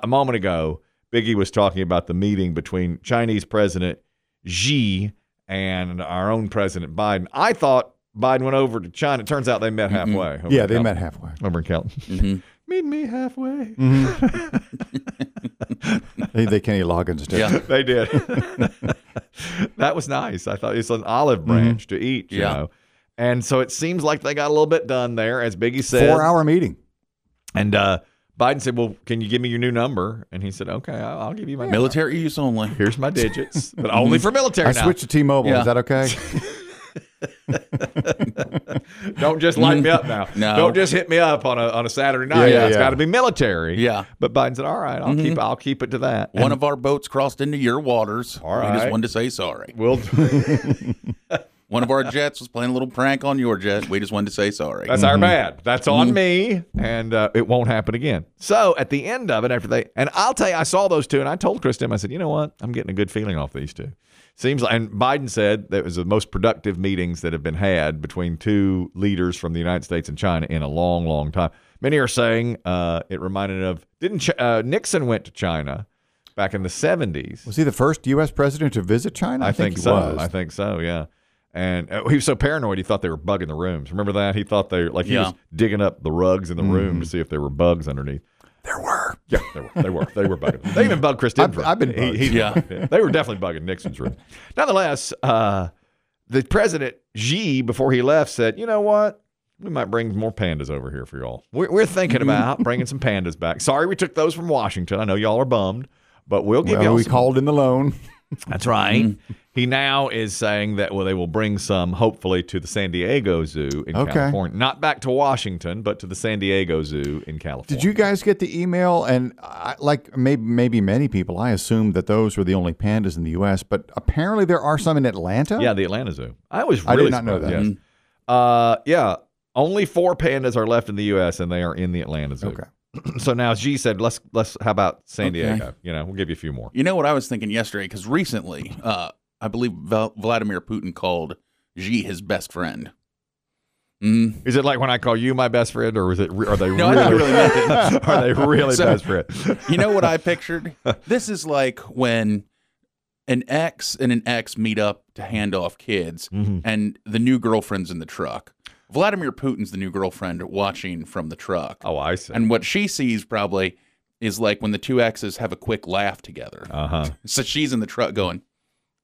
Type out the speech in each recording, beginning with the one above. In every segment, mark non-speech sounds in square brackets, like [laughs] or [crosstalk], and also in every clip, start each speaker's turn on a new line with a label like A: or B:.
A: a moment ago, Biggie was talking about the meeting between Chinese President Xi and our own President Biden. I thought Biden went over to China. Turns out they met halfway. over
B: yeah,
A: in
B: they
A: Cal-
B: met Mm-hmm. halfway.
A: over in Kelton. [laughs] Meet me halfway. [laughs] Mm-hmm.
B: [laughs] They, they Kenny Loggins did.
C: Yeah.
A: They did. [laughs] that was nice. I thought it's an olive
B: Mm-hmm.
A: branch to each, you
C: Yeah.
A: know. And so it seems like they got a little bit done there, as Biggie said.
B: Four hour meeting.
A: And uh, Biden said, "Well, can you give me your new number?" And he said, "Okay, I'll, I'll give you my number.
C: Military use only.
A: Here's my digits, but only for military
B: Mm-hmm. I
A: now.
B: switched to T Mobile.
C: Yeah.
B: Is that okay?
A: Don't just light me up now.
C: No.
A: Don't just hit me up on a on a Saturday night.
B: Yeah, yeah,
A: It's
B: yeah.
A: got to be military."
C: Yeah.
A: But Biden said, "All right, I'll keep I'll keep it to that."
C: One of our boats crossed into your waters.
A: All
C: We just
A: right.
C: wanted to say sorry.
A: [laughs] We'll, [laughs]
C: One of our jets was playing a little prank on your jet. We just wanted to say sorry.
A: that's our bad. That's on me, and uh, it won't happen again. So at the end of it, after they and I'll tell you, I saw those two, and I told Chris Tim, I said, "You know what? I'm getting a good feeling off these two. Seems like." And Biden said that it was the most productive meetings that have been had between two leaders from the United States and China in a long, long time. Many are saying uh, it reminded of didn't Ch- uh, Nixon went to China back in the 70s.
B: Was he the first U.S. president to visit China?
A: I, think,
B: he
A: so.
B: was.
A: I think so. Yeah. And uh, he was so paranoid, he thought they were bugging the rooms. Remember that? He thought they like he
C: Yeah.
A: was digging up the rugs in the room to see if there were bugs underneath.
B: Mm-hmm. there were.
A: Yeah, they were. They were. They were bugging. They even bugged Christine.
B: I've- I've been bugged.
C: [laughs] Yeah.
A: [laughs] They were definitely bugging Nixon's room. Nonetheless, uh, the president Xi, before he left, said, "You know what? We might bring more pandas over here for y'all. We're, we're thinking
B: Mm-hmm.
A: about bringing some pandas back. Sorry, we took those from Washington. I know y'all are bummed, but we'll give
B: Well,
A: y'all
B: we
A: some
B: called in the loan.
A: that's right. Mm. he now is saying that well, they will bring some, hopefully, to the San Diego Zoo in
B: Okay.
A: California, not back to Washington, but to the San Diego Zoo in California.
B: Did you guys get the email? And I, like maybe maybe many people, I assumed that those were the only pandas in the U.S., but apparently there are some in Atlanta.
A: Yeah, the Atlanta Zoo. I was.
B: I
A: Really
B: did not know
A: surprised,
B: that.
A: yes. Uh, yeah. Only four pandas are left in the U.S. and they are in the Atlanta Zoo. [clears throat]
B: Okay.
A: so now G said, "Let's let's. How about San
C: Okay.
A: Diego? You know, we'll give you a few more."
C: You know what I was thinking yesterday? Because recently, uh, I believe Val- Vladimir Putin called Xi his best friend. Mm.
A: Is it like when I call you my best friend, or is it? Re- are they
C: No, I
A: really?
C: never really meant it.
A: are they really [laughs]
C: So-
A: best [laughs] friend?
C: You know what
A: [laughs]
C: I pictured? This is like when an ex and an ex meet up to hand off kids,
A: Mm-hmm.
C: and the new girlfriend's in the truck. Vladimir Putin's the new girlfriend watching from the truck.
A: Oh, I see.
C: And what she sees probably is like when the two exes have a quick laugh together.
A: Uh huh.
C: [laughs] So she's in the truck going,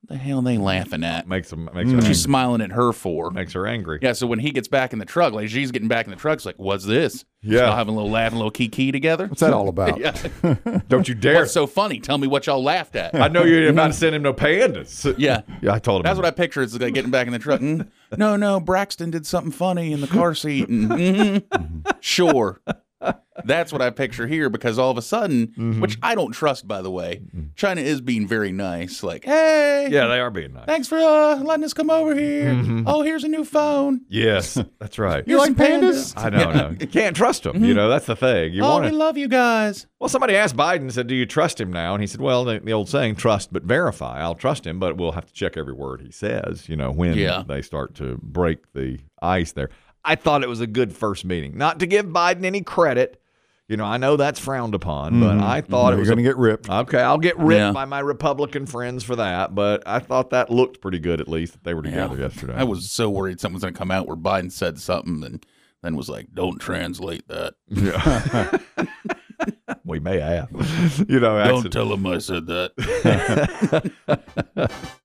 C: the hell are they laughing at?
A: Makes them makes her
C: What you
A: angry.
C: smiling at her for?
A: makes her angry.
C: Yeah, so when he gets back in the truck, like she's getting back in the truck, it's like, what's this?
A: Yeah.
C: Y'all having a little laugh and a little kiki together?
B: What's that
A: [laughs]
B: all about?
C: Yeah.
A: Don't you dare!
C: What's so funny? Tell me what y'all laughed at.
A: I know you didn't [laughs] about to send him no pandas.
C: yeah.
A: Yeah, I told him.
C: That's what I picture. It's like getting back in the truck. Mm, no, no, Braxton did something funny in the car seat. Mm,
A: Mm-hmm.
C: mhm. Sure. That's what I picture here because all of a sudden,
A: Mm-hmm.
C: which I don't trust, by the way, China is being very nice. Like, hey,
A: Yeah, Mm-hmm. they are being nice.
C: thanks for uh, letting us come over here. Oh, here's a new phone.
A: Yes, [laughs] that's right.
C: Here's some pandas.
A: I don't know. Mm-hmm. You can't trust him. You know, that's the thing. You
C: Oh,
A: want
C: we
A: to.
C: love you guys.
A: Well, somebody asked Biden, said, Do you trust him now? And he said, Well, the, the old saying, trust but verify. I'll trust him, but we'll have to check every word he says, you know, when
C: Yeah.
A: they start to break the ice there. I thought it was a good first meeting. Not to give Biden any credit. You know, I know that's frowned upon, but I thought it
B: You're
A: was a
B: going to get ripped.
A: Okay, I'll get ripped
C: Yeah.
A: by my Republican friends for that, but I thought that looked pretty good at least that they were together yesterday.
C: I was so worried something was going to come out where Biden said something and then was like, don't translate that.
A: we may have. [laughs] you know,
C: Don't
A: accident.
C: tell him I said that.